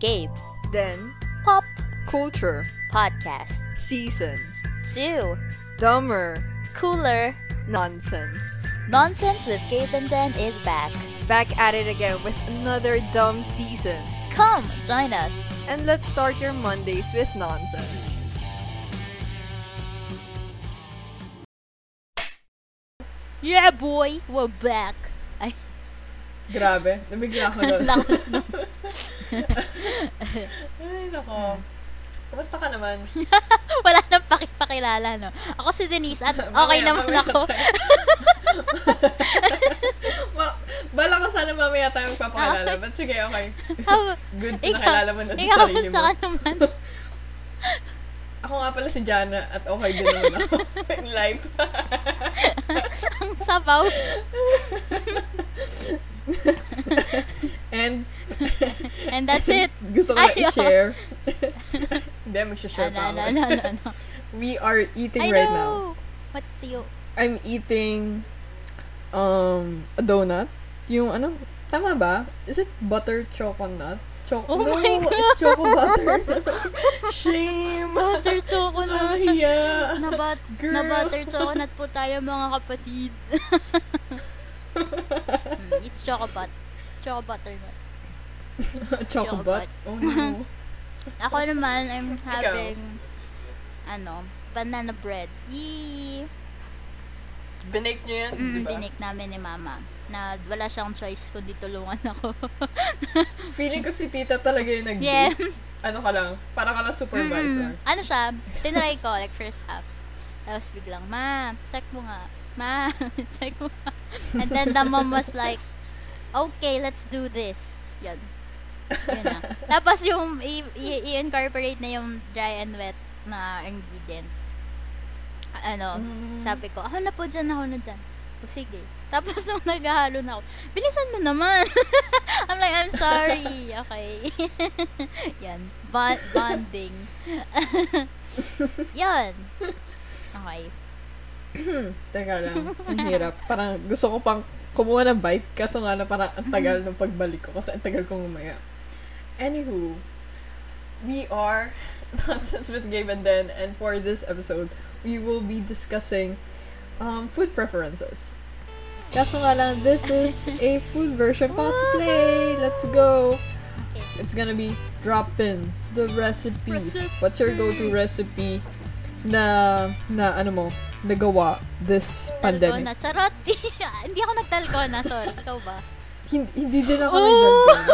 Gabe Then, Pop Culture, Podcast Season, 2 Dumber, Cooler Nonsense. Nonsense with Gabe and Den is back. Back at it again with another dumb season. Come join us. And let's start your Mondays with nonsense. Yeah, boy, we're back. Ay, Grabe, nabigla ako doon. lakas no. Ay, nako. Kamusta ka naman? Wala nang pakipakilala, no? Ako si Denise at okay Mamaya, naman mamaya ako. tayo. Ma- bala ko sana mamaya tayo magpapakilala. But sige, okay. Ah, Good na ikaw, nakilala mo na ikaw, ano sa sarili kamusta mo. ka naman? Ako nga pala si Jana at okay din naman ako in life. Ang sabaw. And And that's it. gusto ko na Ayaw. i-share. Hindi, magsha-share pa Ano, ako. ano, ano, ano. We are eating I right now. know. What do you... I'm eating um a donut. Yung ano, tama ba? Is it butter choconut? Choc- Oh no, my God! it's choco butter. Shame! Butter chocolate. Nahiya! Nabat, Girl. nabutter chocolate po tayo mga kapatid. Mm, It's chocobot. Chocobutter nut. Chocobot? Oh no. Ako naman, I'm Ikaw. having, ano, banana bread. Yee! Binake niyo yan, Mm, di ba? binik namin ni mama. Na wala siyang choice kundi tulungan ako. Feeling ko si tita talaga yung nag yeah. Ano ka lang, para ka lang supervisor. Mm, ano siya, tinry ko, like first half. Tapos biglang, ma, check mo nga. Ma, check mo nga. And then the mom was like, okay, let's do this. Yan. Yun na. Tapos yung i- i- i-incorporate na yung dry and wet na ingredients. Ano, Mm. sabi ko, ako na po dyan, ako na dyan. O sige. Tapos nung naghahalo na ako, bilisan mo naman. I'm like, I'm sorry. Okay. Yan. Bond- bonding. Yan. Okay. Teka lang, ang hirap. Parang gusto ko pang kumuha ng bite, kaso nga na parang ang tagal ng pagbalik ko kasi ang tagal kong umaya. Anywho, we are Nonsense with Gabe and Den and for this episode, we will be discussing um, food preferences. Kaso nga lang, this is a food version cosplay! Let's go! Okay. It's gonna be drop in the recipes. What's your go-to recipe na na ano mo nagawa this Talgona. pandemic? Charot. Hindi ako nagtalgona. Sorry. Ikaw ba? Hindi, hindi din ako Ooh! nagdadala.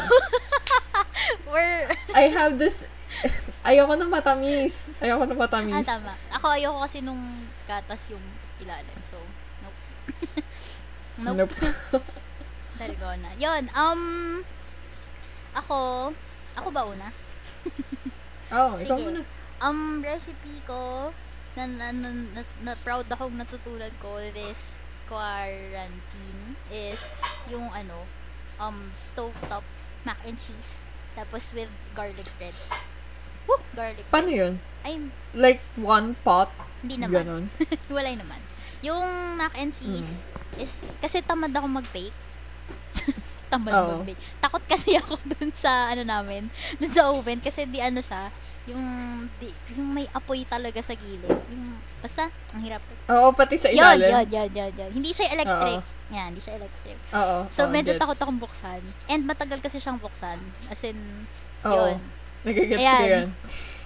We're... I have this ayoko ng matamis. Ayoko ng Ah, matamis. tama. Ako ayoko kasi nung gatas yung ilalim. So, nope. nope. Nope. Dalgona. Yun, um, ako, ako ba una? oh, ikaw Sige. muna. Um, recipe ko, na, na, na, na, na proud akong natutunan ko this quarantine is yung ano, um, stovetop mac and cheese. Tapos with garlic bread. Woo! Garlic Paano bread. 'yun? Ay, Like one pot, hindi naman. ganon. Hiwalay naman. Yung mac and cheese Mm. is, kasi tamad ako mag-bake. tamad Oo. mag-bake. Takot kasi ako dun sa, ano namin, dun sa oven. Kasi di ano siya, yung, di, yung may apoy talaga sa gilid. Yung, basta, ang hirap. Oo, pati sa Yun, ilalim. yun, yun, yun, yun. Hindi siya electric. Yan, hindi siya electric. Oo. So, oo, medyo gets. takot akong buksan. And matagal kasi siyang buksan. As in, Oo. yun. Nagigets Ayan. ko yan.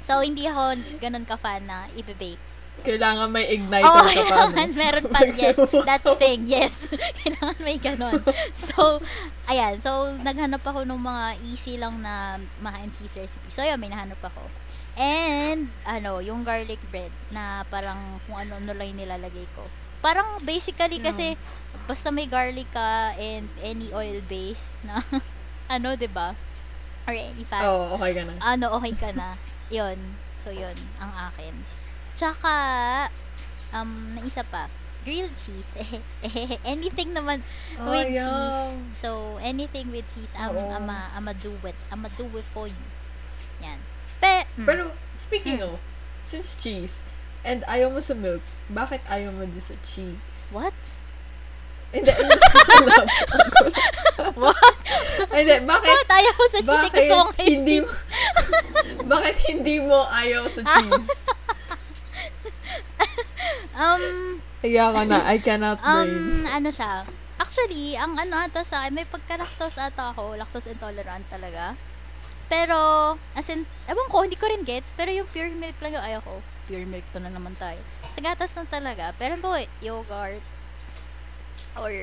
So, hindi ako ganun ka-fan na i-bake. Kailangan may igniter Oo, ka pa. kailangan ano? meron pa, yes. Nag-uusap. That thing, yes. kailangan may ganon. So, ayan. So, naghanap ako ng mga easy lang na mac and cheese recipe. So, yun, may nahanap ako. And, ano, yung garlic bread na parang kung ano-ano lang yung nilalagay ko. Parang Hmm. basically kasi basta may garlic ka and any oil base na ano, 'di ba? Or any fat Oo, okay ka na. ano, okay ka na. yun. So, yun. Ang akin. Tsaka, um, na isa pa. Grilled cheese. anything naman Oh, with yum. cheese. So, anything with cheese, I'm, Oo. I'm, a, I'm a do it. I'm a do it for you. Yan. Pe, mm, Pero, speaking of, since cheese, and ayaw mo sa milk, bakit ayaw mo din sa cheese? what? Hindi, hindi ko alam. Hindi ko alam. What? Hindi, bakit, Bakit ayaw sa cheese? Eh, bakit Gusto ko ngayon hindi, cheese. Ah. Bakit hindi mo ayaw sa cheese? Um, Kaya ka na, I cannot Um, brain. ano siya? Actually, ang ano ata sa akin, may pagka-lactose ata ako. Lactose intolerant talaga. Pero, as in, ewan ko, hindi ko rin gets. Pero yung pure milk lang yung ayaw ko. Pure milk to na naman tayo. Sa gatas na talaga. Pero po, yogurt or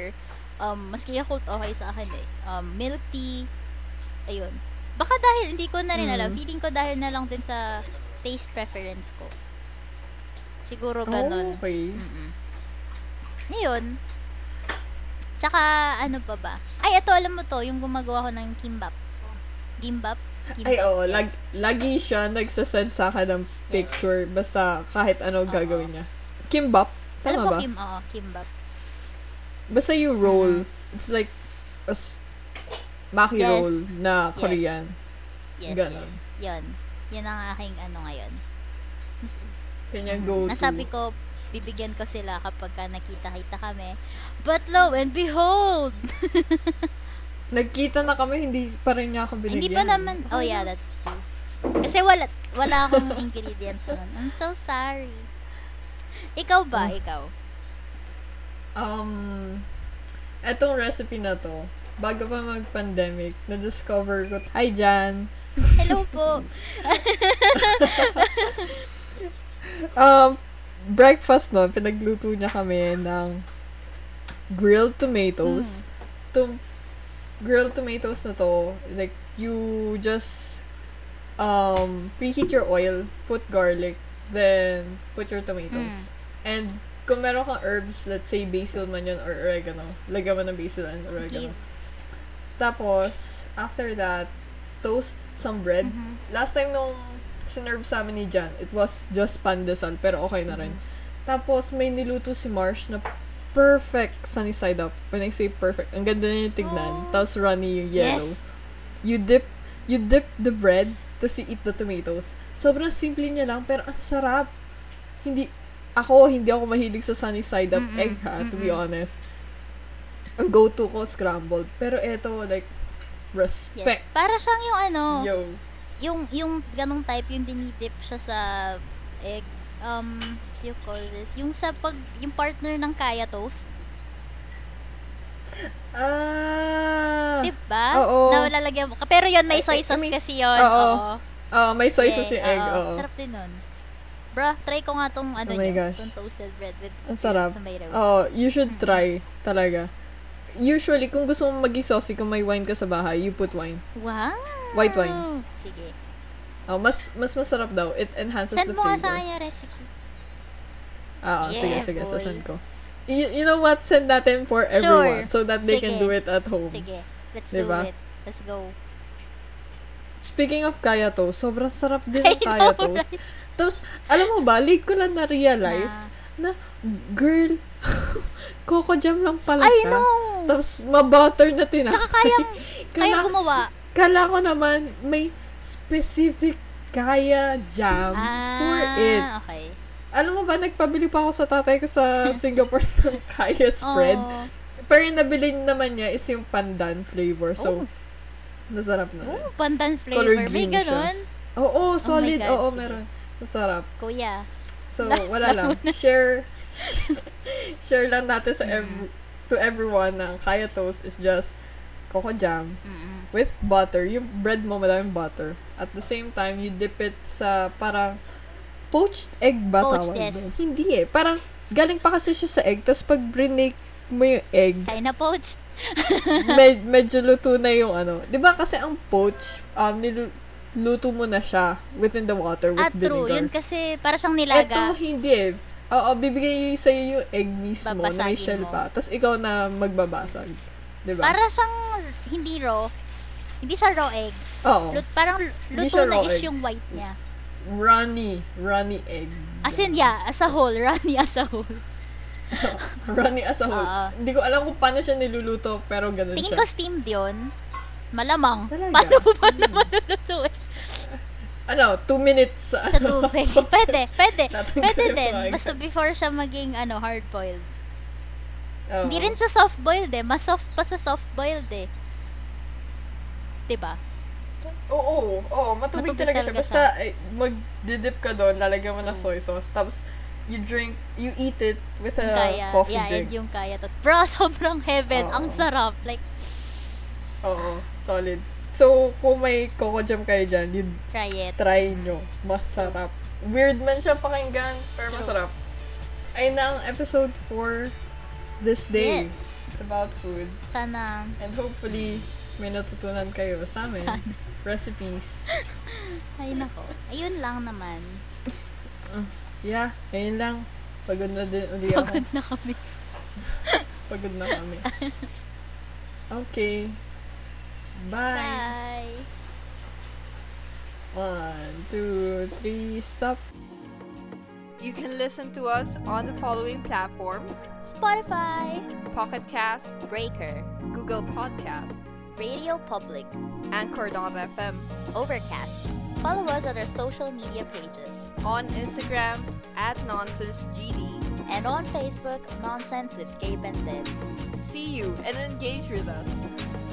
um, maski Yakult okay sa akin eh. Um, milk tea, ayun. Baka dahil, hindi ko na rin alam. Mm. Feeling ko dahil na lang din sa taste preference ko. Siguro Oh. ganun. Okay. Mm-mm. Ngayon, tsaka ano pa ba? Ay, ito alam mo to, yung gumagawa ko ng kimbap. Gimbap? Kimbap? Ay, oo. Yes. Lag, lagi siya nagsasend sa akin ng picture basta kahit ano gagawin niya. Kimbap? alam Tama ko, ba? kim, oo, Ano kimbap. Basta you roll. It's like a s- maki Ah. Yes. roll na Yes. Korean. Yes, Ganon. yes. Yun. Yan ang aking ano ngayon. Mas- Kanya Mm. go to. Nasabi ko, bibigyan ko sila kapag ka nakita-kita kami. But lo and behold! Nagkita na kami, hindi pa rin niya ako binigyan. Hindi pa naman, oh yeah, that's true. Kasi wala, wala akong ingredients nun. I'm so sorry. Ikaw Ah. ba? Ikaw? Um, etong recipe na to, bago pa mag-pandemic, na-discover ko. Hi, Jan! Hello po. Um, breakfast no, pinagluto niya kami ng grilled tomatoes. Tum- grilled tomatoes na to, like, you just um, preheat your oil, put garlic, then put your tomatoes. And kung meron kang herbs, let's say basil man yun or oregano, lagyan mo ng basil and oregano. Give. Tapos, after that, toast some bread. Mm-hmm. Last time nung sinerve sa amin ni Jan, it was just pandesal, pero okay na rin. Mm-hmm. Tapos, may niluto si Marsh na perfect sunny side up. When I say perfect, ang ganda niya yung tignan. Oh. Tapos, runny yung yellow. Yes. You dip, you dip the bread, tapos you eat the tomatoes. Sobrang simple niya lang, pero ang sarap. Hindi, ako, hindi ako mahilig sa sunny side up Mm-mm, egg ha, to be mm-mm. honest. Ang go-to ko, scrambled. Pero eto, like, Yes. respect. Para siyang yung ano, Yo. yung yung ganong type yung dinidip siya sa egg um what do you call this? Yung sa pag yung partner ng kaya toast, Ah! 'di ba? Oo. diba? Eh, Na lalagyan mo. ka- Pero yon may I- soy I- I sauce mean, kasi yon. oo. Ah, may soy sauce Okay, yung egg. oo. oo. Sarap din nun. Bro, try ko nga tong ano Oh my nyo, gosh. tong toasted bread with Ang sarap. sa may roast. Oh, you should Mm-hmm. try. Talaga. Usually, kung gusto mong maging saucy, kung may wine ka sa bahay, you put wine. Wow. White wine. Sige. Oh, mas mas masarap daw. It enhances Ah. Send the mo flavor. nga sa akin yung recipe. Ah, sige, Yeah, sige. boy. Sasend ko. You, you know what? Send natin for Sure. everyone so that they can Sige. do it at home. Sige. Let's do Diba? it. Let's go. Speaking of kaya toast, sobrang sarap din I ng kaya know, toast. Tapos, alam mo ba, late ko lang na-realize na, girl, coco jam lang pala I siya. know! Tapos, mabutter na tinapay. Tsaka kayang, kayang Kala- gumawa. Kala ko naman may specific kaya jam Ah, Um, for it. okay. Alam mo ba, nagpabili pa ako sa tatay ko sa Singapore ng kaya spread. Oh. Pero yung nabili naman niya is yung pandan flavor. So, masarap na. rin. Oh, pandan Color flavor. May green siya. ganun? Oo, solid. God, Oo, sige. meron. Masarap. Kuya. So, wala lang. Share, share lang natin sa ev- to everyone na ang kaya toast is just coco jam, Mm-mm. with butter. Yung bread mo, madaming butter. At the same time, you dip it sa parang poached egg ba Poached, tawag yes. doon? Hindi eh. Parang galing pa kasi siya sa egg. Tapos pag brinake mo yung egg, Kaya na poached. med- medyo luto na yung ano. 'Di ba kasi ang poach, um, niluto mo na siya within the water with Ah, true. Yun vinegar. kasi para siyang Ito, nilaga. hindi eh. Oo, bibigay sa'yo yung egg mismo na may Babasagin shell mo. pa. Tapos ikaw na magbabasag. 'Di ba? Para siyang hindi raw. Hindi siya raw egg. Oo. Lut- parang luto Oh. siya na raw is egg. Mm-hmm. yung white niya. Runny. Runny egg. As in, yeah, as a whole. Runny as a whole. Runny as a whole. Oo. Hindi ko alam kung paano siya niluluto, pero ganun Ah. Tingin siya. ko steamed yun. Malamang. Talaga? Mm-hmm. Paano mo pa naman lulutuin? Ano, two minutes. Sa Sa ano? tubig. pwede, pwede. Tatanggalin Pwede mo din. agad. Basta before siya maging ano, hard-boiled. Oo. Hindi rin siya soft-boiled eh. Mas soft pa sa soft-boiled eh. 'Di ba? Oo, oo, Matubig matubig, talaga siya. talaga Mm. Basta eh, mag-dip ka doon, lalagyan mo ng soy sauce, tapos you drink, you eat it with a Yung kaya. coffee yeah, drink. and yung kaya. Tapos, bro, sobrang heaven. Oo. Ang sarap. Like, Oo, solid. So, kung may Coco Jam kayo dyan, you try it. try nyo. Masarap. Weird man siya pakinggan, pero True. masarap. Ayun na ang episode for this day. Yes. It's about food. Sana. And hopefully, may natutunan kayo sa amin. Sana. Recipes. Ay, nako. Ayun lang naman. Yeah, ayun lang. Pagod na din uli ako. Pagod na kami. Pagod na kami. Okay. Bye. Bye. One, two, three, stop. You can listen to us on the following platforms Spotify. Pocket Cast, Breaker. Google Podcast, Radio Public. Anchor.fm, Overcast. Follow us on our social media pages. on Instagram at NonsenseGD. And on Facebook, Nonsense with Gabe and Lynn. See you and engage with us.